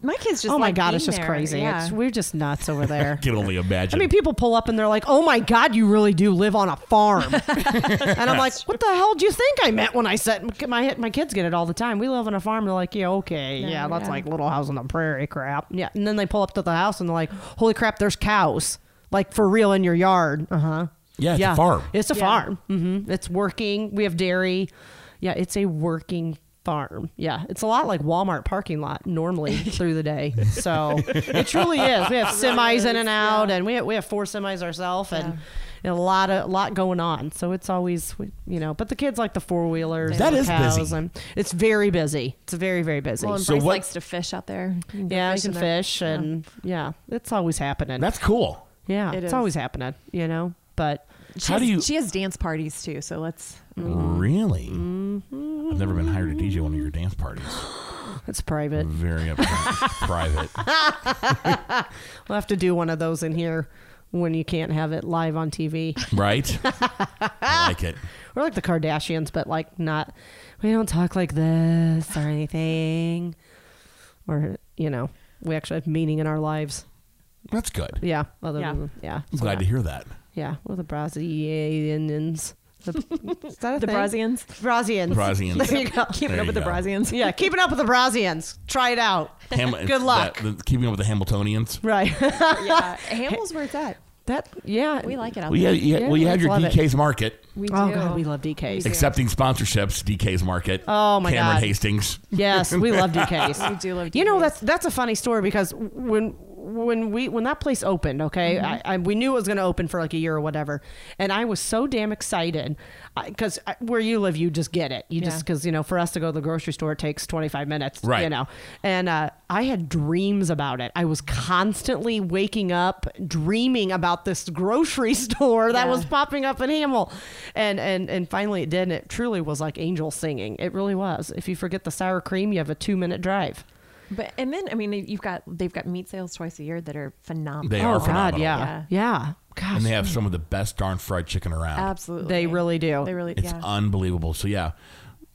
My kids just.
oh my
like
God,
being
it's just
there.
crazy.
Yeah.
It's, we're just nuts over
[laughs]
there.
I can only
I
imagine.
mean, people pull up and they're like, "Oh my God, you really do live on a farm," and I'm like, "What the hell do you think I meant when I said my my kids get it all the time? We live on a farm." They're like, "Yeah, okay, yeah, that's
yeah.
like Little House on the Prairie crap." Yeah, and then they pull up to the house and they're like, "Holy crap, there's cows like for real in your yard." Uh huh.
yeah, it's a farm.
It's a
Yeah.
farm. hmm It's working. We have dairy. Yeah, it's a working farm. Yeah, it's a lot like Walmart parking lot normally through the day. So it truly is. We have semis in and out, and we have, we have four semis ourselves, and, and a lot of lot going on. So it's always you know, but the kids like the four wheelers.
That
the
is
cows,
busy.
And it's very busy. It's very very busy.
Well, and
So
Bryce
what-
likes to fish out there. You can go
yeah, we
fishing
can
there.
fish, and yeah. it's always happening.
That's cool.
yeah,
It
it's
is.
always happening. You know, but.
She
How
has-
do you-
She has dance parties too. So let's.
Mm-hmm.
Really? I've never been hired to DJ one of your dance parties.
It's private.
Very upfront,
[laughs]
private.
We'll have to do one of those in here when you can't have it live on TV.
Right? I like it.
We're like the Kardashians, but like not, we don't talk like this or anything. Or, you know, we actually have meaning in our lives.
That's good.
Yeah. Other
Yeah.
than, yeah.
I'm glad to hear
[laughs]
that.
Yeah. We're the Brazilians. The, [laughs] is that a
The
thing?
Brazians.
Brazians.
Brazians.
There you go.
Keeping
There
up with
you
the
go.
Brazians.
yeah. Keeping up with the Brazians. Try it out.
Ham-
Good luck.
that- the- keeping up with the Hamiltonians.
Right. [laughs]
[laughs] yeah. Hamill's where it's at.
that, yeah.
We like it out
Well, yeah,
there.
yeah, well, you
Yeah,
have your
love it.
DK's Market,
We do.
Oh, God. We love DKs.
do.
accepting sponsorships. DK's Market.
Oh, my
Cameron
God.
Hastings.
Yes, we love DKs.
[laughs] We do love
You know
DKs.
that's that's a funny story because when when we when that place opened, okay,
Mm-hmm.
I, I, we knew it was going to open for like a year or whatever, and I was so damn excited because where you live, you just get it. You just
Yeah.
because you know for us to go to the grocery store it takes twenty five minutes, You
Right.
know, and uh, I had dreams about it. I was constantly waking up dreaming about this grocery [laughs] store that
Yeah.
was popping up in Hamel, and and and finally it did. And it truly was like angel singing. It really was. If you forget the sour cream, you have a two minute drive.
But and then I mean you've got they've got meat sales twice a year that are phenomenal.
They
Oh
are
God,
phenomenal.
yeah, yeah. Gosh,
And they
they,
have some of the best darn fried chicken around.
Absolutely.
really do.
They really
It's
yeah.
unbelievable. So yeah,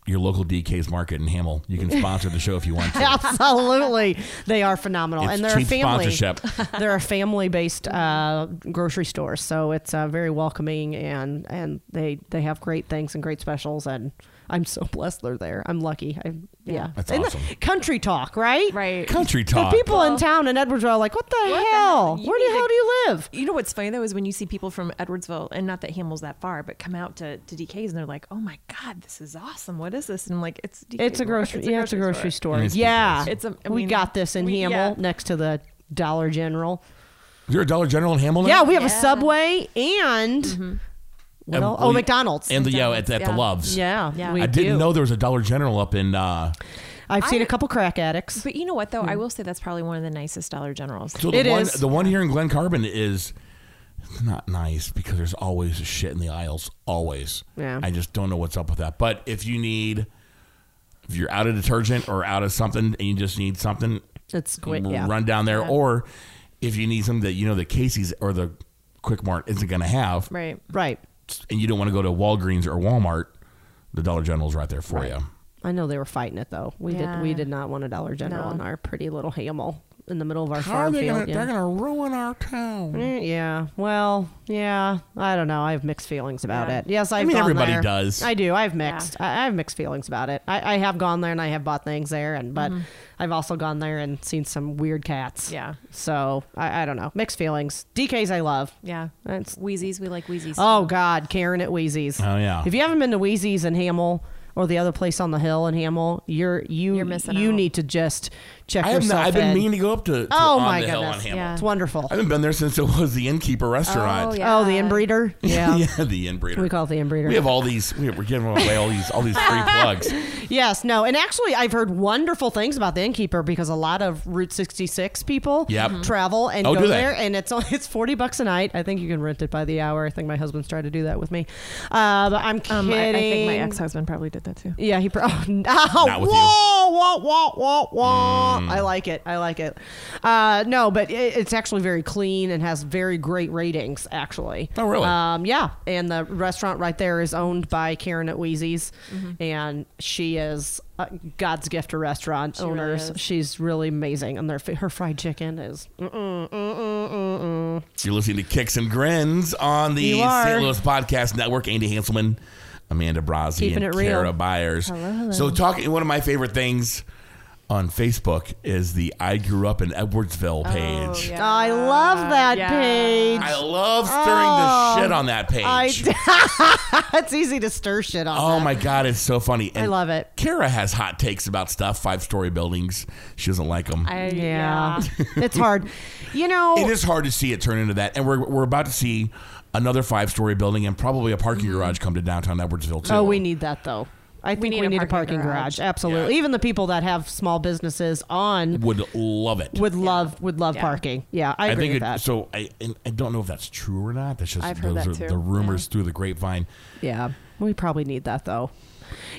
your local DK's Market in Hamel. You can sponsor the show if you want
[laughs]
to.
[laughs] Absolutely, they are phenomenal,
It's
Oh, and they're
cheap
a family.
sponsorship.
[laughs] they're a family-based uh, grocery store, so it's uh, very welcoming, and and they they have great things and great specials, and I'm so [laughs] blessed they're there. I'm lucky. I, yeah,
That's
And the-
awesome.
country talk, right?
right.
Country
The
talk.
people in town in Edwardsville are like, "What the
the
hell?
hell? You
Where the
need to-
hell do you live?"
You know what's funny though is when you see people from Edwardsville, and not that Hamel's that far, but come out to, to DK's and they're like, "Oh my God, this is awesome! What is this?" And I'm like, "It's DK's
It's a
Market.
grocery. yeah, it's a grocery store.
Nice
Yeah,
place. It's a- I
we
mean,
got this in
we-
Hamel
yeah.
next to the Dollar General.
Is there a Dollar General in Hamel? now?
Yeah, we have a
Yeah. Mm-hmm.
Subway and what
And- well,
else? oh
yeah,
McDonald's.
And the yeah, at, at the
Yeah.
Loves.
yeah,
Yeah.
we
I didn't
do.
know there was a Dollar General up in. Uh,
I've seen
I-
a couple crack addicts.
But you know what though, I will say that's probably one of the nicest Dollar Generals.
so the
It
one
is.
the one here in Glen Carbon is not nice because there's always shit in the aisles. Always.
Yeah.
I just don't know what's up with that. But if you need, if you're out of detergent or out of something, and you just need something,
It's quick. Yeah.
run down there.
Yeah.
Or if you need something that you know that Casey's or the Quick Mart isn't going to have,
Right.
Right.
and you don't want to go to Walgreens or Walmart, the Dollar General's right there for you.
I know they were fighting it though. We
Yeah.
did. We did not want a Dollar General
No.
in our pretty little Hamel in the middle of our farm field. yeah.
to ruin our town.
Eh, yeah. Well, yeah. I don't know. I have mixed feelings about
Yeah.
it. Yes, I've
mean,
gone
everybody
there.
does.
I do. I have mixed. I, I have mixed feelings about it. I, I have gone there and I have bought things there, and but I've also gone there and seen some weird cats.
Mm-hmm. Yeah.
So I, I don't know. Mixed feelings. DK's I love.
Yeah.
That's-
Wheezies. We like Wheezies.
Oh God, Karen at Wheezy's.
Oh, yeah.
If you haven't been to Wheezy's in Hamel or the other place on the hill in Hamel, you're you
You're missing
you
out.
need to just check
I have
yourself
not, I've been
in.
meaning to go up to, to
oh
on
my
the hill on
goodness,
Hamel.
Yeah.
it's wonderful.
I haven't been there since it was the innkeeper restaurant. [laughs]
Oh,
Oh, the
Yeah.
inbreeder.
yeah.
Yeah.
the inbreeder.
We call it the inbreeder.
We have all these. We have, we're giving away all these all these free
[laughs]
plugs.
Yes, no, and actually, I've heard wonderful things about the innkeeper because a lot of Route 66 people
Yep. Mhm.
travel and
Oh, do
go
they?
there, and it's [laughs] on- it's 40 bucks a night. I think you can rent it by the hour. I think my husband's tried to do that with me. Uh, but I'm kidding.
Um, I, I think my ex-husband probably did that too.
Yeah, he. Pro- [laughs] oh,
with
no.
you. Mm.
whoa, whoa, whoa, whoa, whoa. I like it. I like it. Uh, no, but it, it's actually very clean and has very great ratings. Actually.
Oh, really?
Um, yeah, and the restaurant right there is owned by Karen at Wheezy's,
Mm-hmm.
and she is uh, God's gift to restaurant
really
owners.
is.
She's really amazing, and their fi- her fried chicken is. Mm-mm, mm-mm, mm-mm.
You're listening to Kicks and Grins on the
You are.
St. Louis Podcast Network. Andy Hanselman, Amanda Brasi,
Keeping
and
it real.
Kara Byers. So, talking one of my favorite things on Facebook is the "I Grew Up in Edwardsville"
Oh,
page.
Oh, yeah.
I love that [laughs]
Yeah.
page.
I love stirring
Oh.
the shit on that page.
I, it's easy to stir shit on.
oh my god, it's so funny.
I
And
love it.
Kara has hot takes about stuff, five-story buildings. She doesn't like them.
I,
Yeah. it's hard. You know,
[laughs] it is hard to see it turn into that, and we're we're about to see another five-story building and probably a parking garage come to downtown Edwardsville too.
oh, we need that though. I think we
need
need,
a
a
parking
parking garage.
garage.
Absolutely.
Yeah.
Even the people that have small businesses on
would love it.
would love would love
Yeah.
parking. Yeah, I agree
think
with
it,
that.
so. I and I don't know if that's true or not. That's just
I've heard
those are
that
the
too.
rumors through the grapevine.
Yeah, we probably need that though.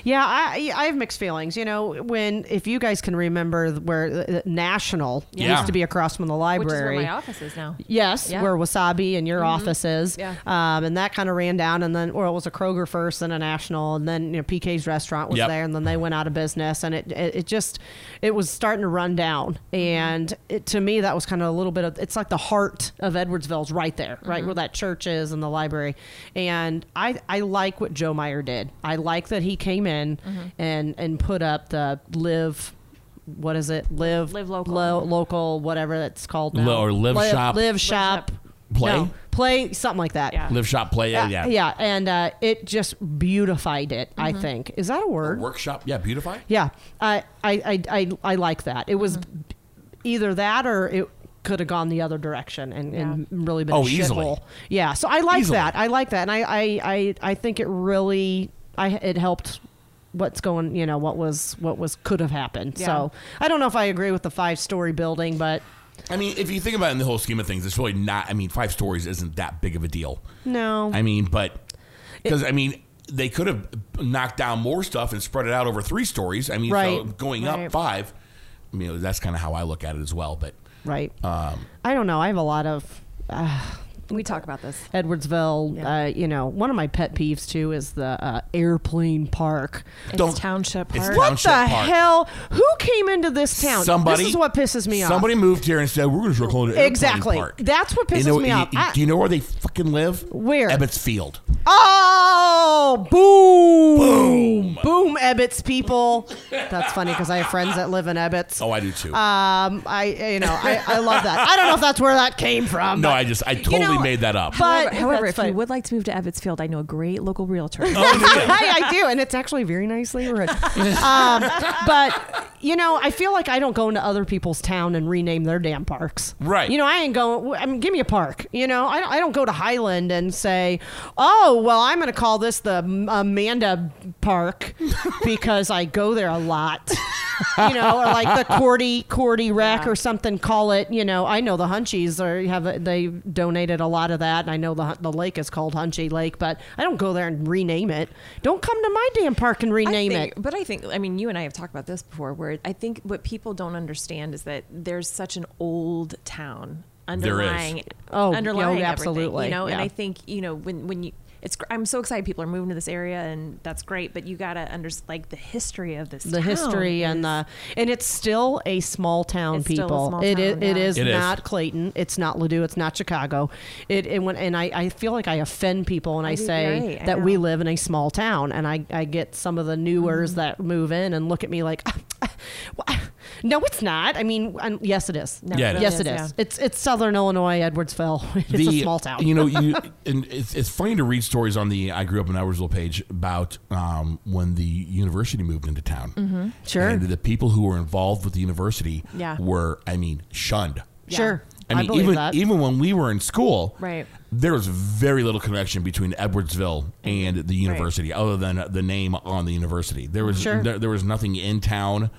Yeah, I I have mixed feelings. You know, when if you guys can remember where uh, National
Yeah.
used to be across from the
Which is where
library.
my office is now.
Yes,
Yeah. Mm-hmm.
where Wasabi and your office is.
Yeah.
Um, and that kind of ran down. And then, or it was a Kroger first, then a National, and then, you know, PK's restaurant was
Yep.
there. And then they went out of business. And it, it, it just, it was starting to run down.
Mm-hmm.
And it, to me, that was kind of a little bit of, it's like the heart of Edwardsville's right there, right?
Mm-hmm.
Where that church is and the library. And I, I like what Joe Meyer did. I like that he came in
Mm-hmm.
and, and put up the live. What is it? Live,
Live local.
lo- local, whatever it's called now.
Lo- or live
Li-
shop.
live shop,
Play?
No, play something like that.
Yeah.
Live shop play. Yeah,
Uh,
yeah.
yeah, and uh, it just beautified it. I
Mm-hmm.
think is that a word?
Workshop. Yeah, beautify.
Yeah, I I, I, I I like that. It was
Mm-hmm.
either that or it could have gone the other direction and, and really been
Oh,
a
easily.
shithole. Yeah, so I like
Easily.
that. I like that, and I, I, I, I think it really I it helped what's going you know what was what was could have happened
Yeah.
so i don't know if i agree with the five story building but
I mean, if you think about it in the whole scheme of things, it's really not. I mean, five stories isn't that big of a deal.
no
I mean, but because I mean, they could have knocked down more stuff and spread it out over three stories. I mean, so
Right.
going up
Right.
five. I mean, that's kind of how I look at it as well. But
right?
um,
I don't know. I have a lot of uh,
We talk about this.
Edwardsville.
Yeah.
Uh, you know, one of my pet peeves too is the uh, airplane park.
It's
Don't-
township
it's
park.
town-
What the
Township park.
hell? Who came into this town?
somebody
This is what pisses me off.
Somebody moved here and said we're going to start calling it Airplane
Exactly.
Park."
That's what
You know-
pisses me
you-
off.
you-
I-
do you know where they fucking live?
Where?
Ebbets Field.
Oh, boom. Boom. Boom, Ebbets people. That's funny because I have friends that live in Ebbets.
Oh, I do too.
Um, I, you know, I, I love that. I don't know if that's where that came from.
no,
but-
I just I totally
know-
made that up.
but-
However, however,
that's
if
fine.
you would like to move to Evansfield, I know a great local realtor.
Oh,
[laughs] I, I do, and it's actually a very nice neighborhood. um, but you know, I feel like I don't go into other people's town and rename their damn parks.
Right.
You know, I ain't going. I mean, give me a park. You know, I, don't- I don't go to Highland and say, "Oh, well, I'm going to call this the M- Amanda Park because I go there a lot." you know, or like
[laughs]
the Cordy Cordy Rec or something. Call it. You know, I know the Hunchies are have a, they donated a lot of that, and I know the hun- the lake is called Hunchy Lake, but I don't go there and rename it. Don't come to my damn park and
I
rename
think-
it.
But I think, I mean, you and I have talked about this before, where I think what people don't understand is that there's such an old town
There is.
underlying.
Oh, yeah,
underlying everything,
absolutely,
You know, and
yeah.
I think you know when when you. It's, gr- I'm so excited people are moving to this area, and that's great. But you gotta understand like the history of this.
The history and the and it's still a small town.
It's still a
people,
small
it is
town,
it
yeah.
is
It is.
not Clayton. It's not Ladue. It's not Chicago. It, it when, and I, I feel like I offend people when I,
do,
say
right, I
that we
know. Mm-hmm.
live in a small town, and I, I get some of the newers that move in and look at me like, [laughs] "Wha- no, it's not. I mean, and yes, it is.
No,
Yeah, it
yes,
is,
it is.
yeah.
It's it's Southern Illinois, Edwardsville. [laughs] It's a small town.
You know,
[laughs]
you and it's, it's funny to read stories on the I grew up in Edwardsville page about um, when the university moved into town.
Mm-hmm. Sure.
and the people who were involved with the university
Yeah.
were, I mean, shunned.
Sure,
I
I,
mean,
believe
even
that.
even when we were in school,
Right.
there was very little connection between Edwardsville and the university, other than the name on the university. There was
Sure.
there, there was nothing in town,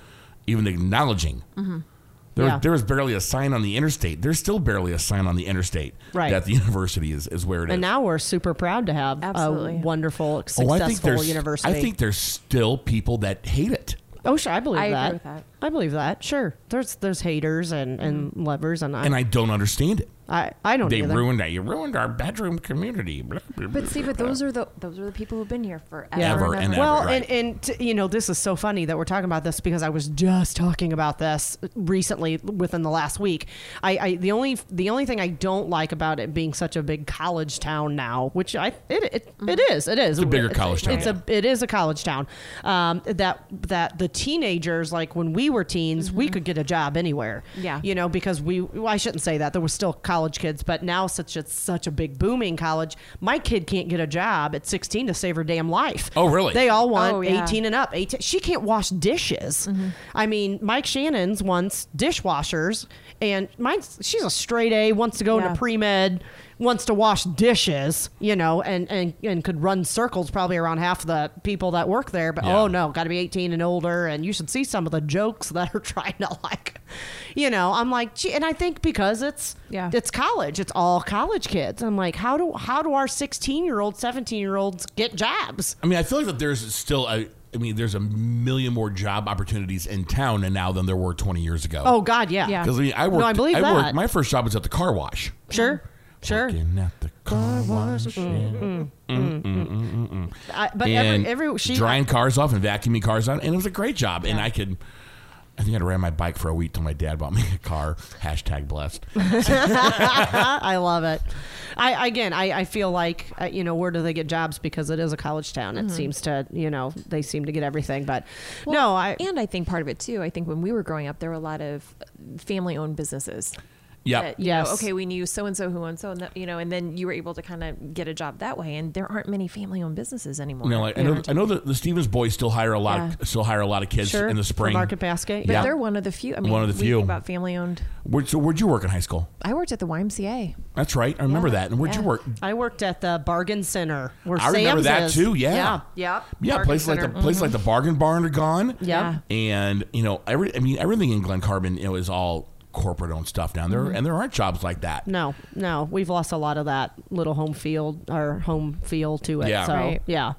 even acknowledging. There,
Mm-hmm. Yeah.
there was barely a sign on the interstate. There's still barely a sign on the interstate
Right.
that the [laughs] university is, is where it is.
and now we're super proud to have
Absolutely.
a wonderful,
Oh,
successful
I think there's
university.
I think there's still people that hate it.
Oh, sure, I believe
I agree
that.
with that. Mm-hmm.
I believe that. Sure, there's there's haters and and lovers, and I
And I don't understand it.
I, I don't.
They
either.
ruined that. You ruined our bedroom community. Blah, blah,
But
blah,
see, but
blah.
those are the those are the people who've been here forever.
Ever
and
and
ever.
ever.
Well,
right.
and and t- you know, this is so funny that we're talking about this because I was just talking about this recently within the last week. I, I the only the only thing I don't like about it being such a big college town now, which I it it, it
Mm-hmm.
is it is it's a
bigger college town,
It's a it is a college town. Um, that that the teenagers like when we were teens, we could get a job anywhere.
Mm-hmm. Yeah.
you know, because we well, I shouldn't say that there were still college kids, but now such it's such a big booming college. My kid can't get a job at 16 to save her damn life.
Oh, really?
They all want
Oh, yeah. Mm-hmm.
18 and up. 18. She can't wash dishes. I mean, Mike Shannon's wants dishwashers, and mine's she's a straight A, wants to go
Yeah.
into pre med, wants to wash dishes, you know, and, and, and could run circles probably around half the people that work there. But
Yeah.
oh no, got to be 18 and older. And you should see some of the jokes [laughs] that are trying to, like, you know, I'm like, gee, and I think because it's,
Yeah.
it's college. It's all college kids. I'm like, how do how do our 16 year old, 17 year olds get jobs?
I mean, I feel like that there's still a. I mean, there's a million more job opportunities in town and now than there were 20 years ago.
Oh God, yeah.
Yeah.
because I mean, I worked.
No, I believe that.
worked. My first job was at the car wash.
sure, sure.
Working at the car wash.
I, but
And
every every she
drying cars off and vacuuming cars out, and it was a great job. And I could. I think I ran my bike for a week till my dad bought me a car. Hashtag
[laughs]
blessed.
I love it. I again, I, I feel like uh, you know where do they get jobs because it is a college town. It seems to you know they seem to get everything, but no, I
and I think part of it too. I think when we were growing up, there were a lot of family-owned businesses.
Yep.
That, you
Yes.
Know, okay, we knew so and so who owned so and that, you know, and then you were able to kind of get a job that way. And there aren't many family-owned businesses anymore.
You know, like, I know, I know that the Stevens boys still hire a lot.
Yeah.
Of, still hire a lot of kids
sure
in the
for
spring.
market basket.
but
Yeah.
they're one of the few. I mean,
One of the
we
few.
think about family-owned.
Where, so where'd you work in high school?
I worked at the YMCA.
That's right. I remember
Uh,
Yeah.
that. And where'd you
Yeah.
work?
I worked at the bargain center where
I remember
Sam's
that
is.
too. Yeah.
yeah, yeah,
Yeah, Mm-hmm.
Bargain
places like the
center. Mm-hmm.
places like the Bargain Barn are gone.
Yeah.
And you know, every I mean everything in Glen Carbon, you know, is all corporate owned stuff down there, and there aren't jobs like that.
Mm-hmm. No, no, we've lost a lot of that little home field or home feel to it.
Yeah.
So
Right.
yeah,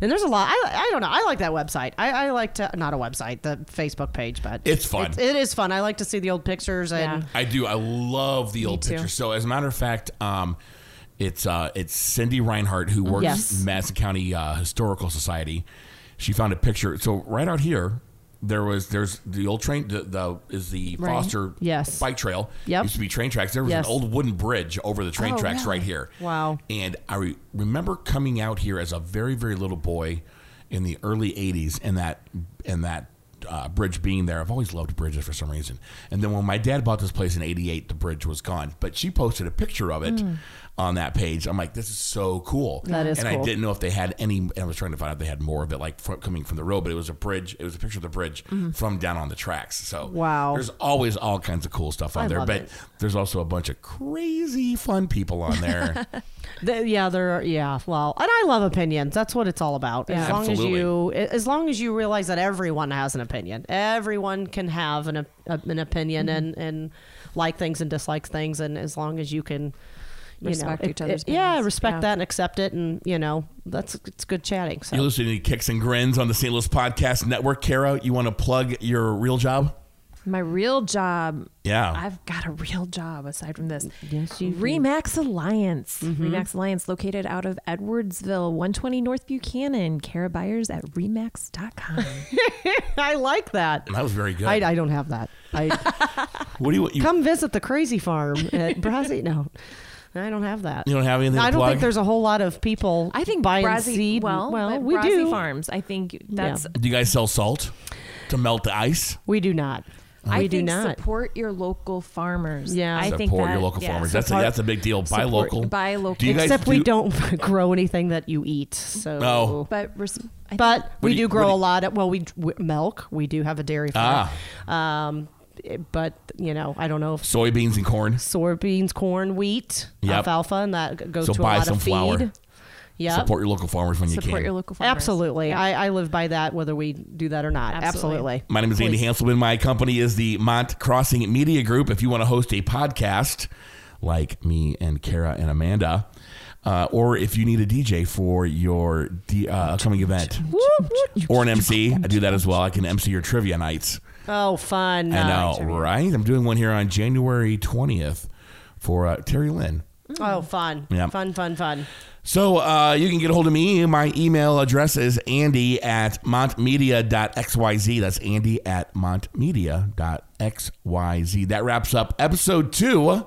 and there's a lot. I, I don't know. I like that website. I, I like to not a website, the Facebook page, but
It's fun.
It's, it is fun. I like to see the old pictures and
Yeah.
I do. I love the old
too.
pictures. So as a matter of fact, um, it's uh, it's Cindy Reinhardt who works
Yes.
Madison County uh, Historical Society. She found a picture. So right out here, there was there's the old train. The, the is the
Right.
Foster
Yes.
bike trail.
Yep.
used to be train tracks. There was
Yes.
an old wooden bridge over the train
Oh,
tracks
really?
right here.
Wow.
And I re- remember coming out here as a very very little boy in the early '80s, and that and that uh, bridge being there. I've always loved bridges for some reason. And then when my dad bought this place in '88, the bridge was gone. But she posted a picture of it on that page. I'm like, this is so cool.
Hmm. That is
and I
cool.
didn't know if they had any. I was trying to find out if they had more of it, like fro- coming from the road. But it was a bridge. It was a picture of the bridge from down on the tracks. So
Mm-hmm. Wow.
there's always all kinds of cool stuff on
I
there.
love
but
it.
there's also a bunch of crazy fun people on there.
Th yeah, there. Are, yeah, well, and I love opinions. That's what it's all about. As
Yeah.
long
Absolutely.
as you, as long as you realize that everyone has an opinion, everyone can have an op- an opinion
Mm-hmm.
and and like things and dislikes things, and as long as you can. You
Respect
know,
each other's
yeah,
opinions.
respect
Yeah.
that and accept it, and you know that's it's good chatting. So
You're listening to Kicks and Grins on the St. Louis Podcast Network. Kara, you want to plug your real job?
My real job.
Yeah.
I've got a real job aside from this.
Yes, you do.
Remax Alliance. Remax Alliance, located out of Edwardsville, 120 North Buchanan. Kara Buyers at remax.com.
[laughs] I like that.
That was very good.
I, I don't have that. I
what do you, you
come visit the crazy farm at [laughs] Brazzy. No, I don't have that.
You don't have anything to
I don't
plug?
think there's a whole lot of people.
[laughs] I think
buying
Brazzi,
seed.
Well,
well,
but
we
Brazzi
do.
Farms. I think that's.
do you guys sell salt to melt the ice?
We do not.
I
we do
think
not.
support your local farmers.
Yeah.
I think
support
that-
your local
yeah,
farmers. that's a,
support-
that's a big deal. Buy
support-
local.
buy local.
Do you guys
Except we
do-
don't [laughs] grow anything that you eat. So,
No.
But res- I
but
What
we
do
do,
you- what
grow
do Ah. you-
a lot of well, we, we milk. We do have a dairy farm. Um, it- but you know, I don't know if
soybeans and corn.
soybeans, corn, wheat,
Yep.
alfalfa, and that g- goes
So
to
buy
a lot
some
of feed.
flour.
Yep.
Support your local farmers when you
support
can.
your local farmers.
Absolutely. I, I live by that whether we do that or not.
Absolutely.
Absolutely.
My name is Andy Hanselman. My company is the Mont Crossing Media Group. If you want to host a podcast like me and Kara and Amanda, uh, or if you need a DJ for your D, uh, upcoming event, or an MC, I do that as well. I can MC your trivia nights.
Oh, fun.
I know,
Uh,
right? I'm doing one here on January 20th for uh, Terry Lynn.
Oh, fun.
Yeah.
Fun, fun, fun.
So uh, you can get a hold of me. My email address is andy at montmedia.xyz. That's andy at montmedia.xyz. That wraps up episode two,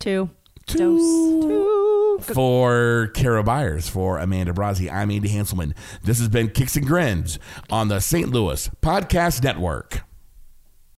Two.
two for Kara Byers, for Amanda Brazzi. I'm Andy Hanselman. This has been Kicks and Grins on the St. Louis Podcast Network.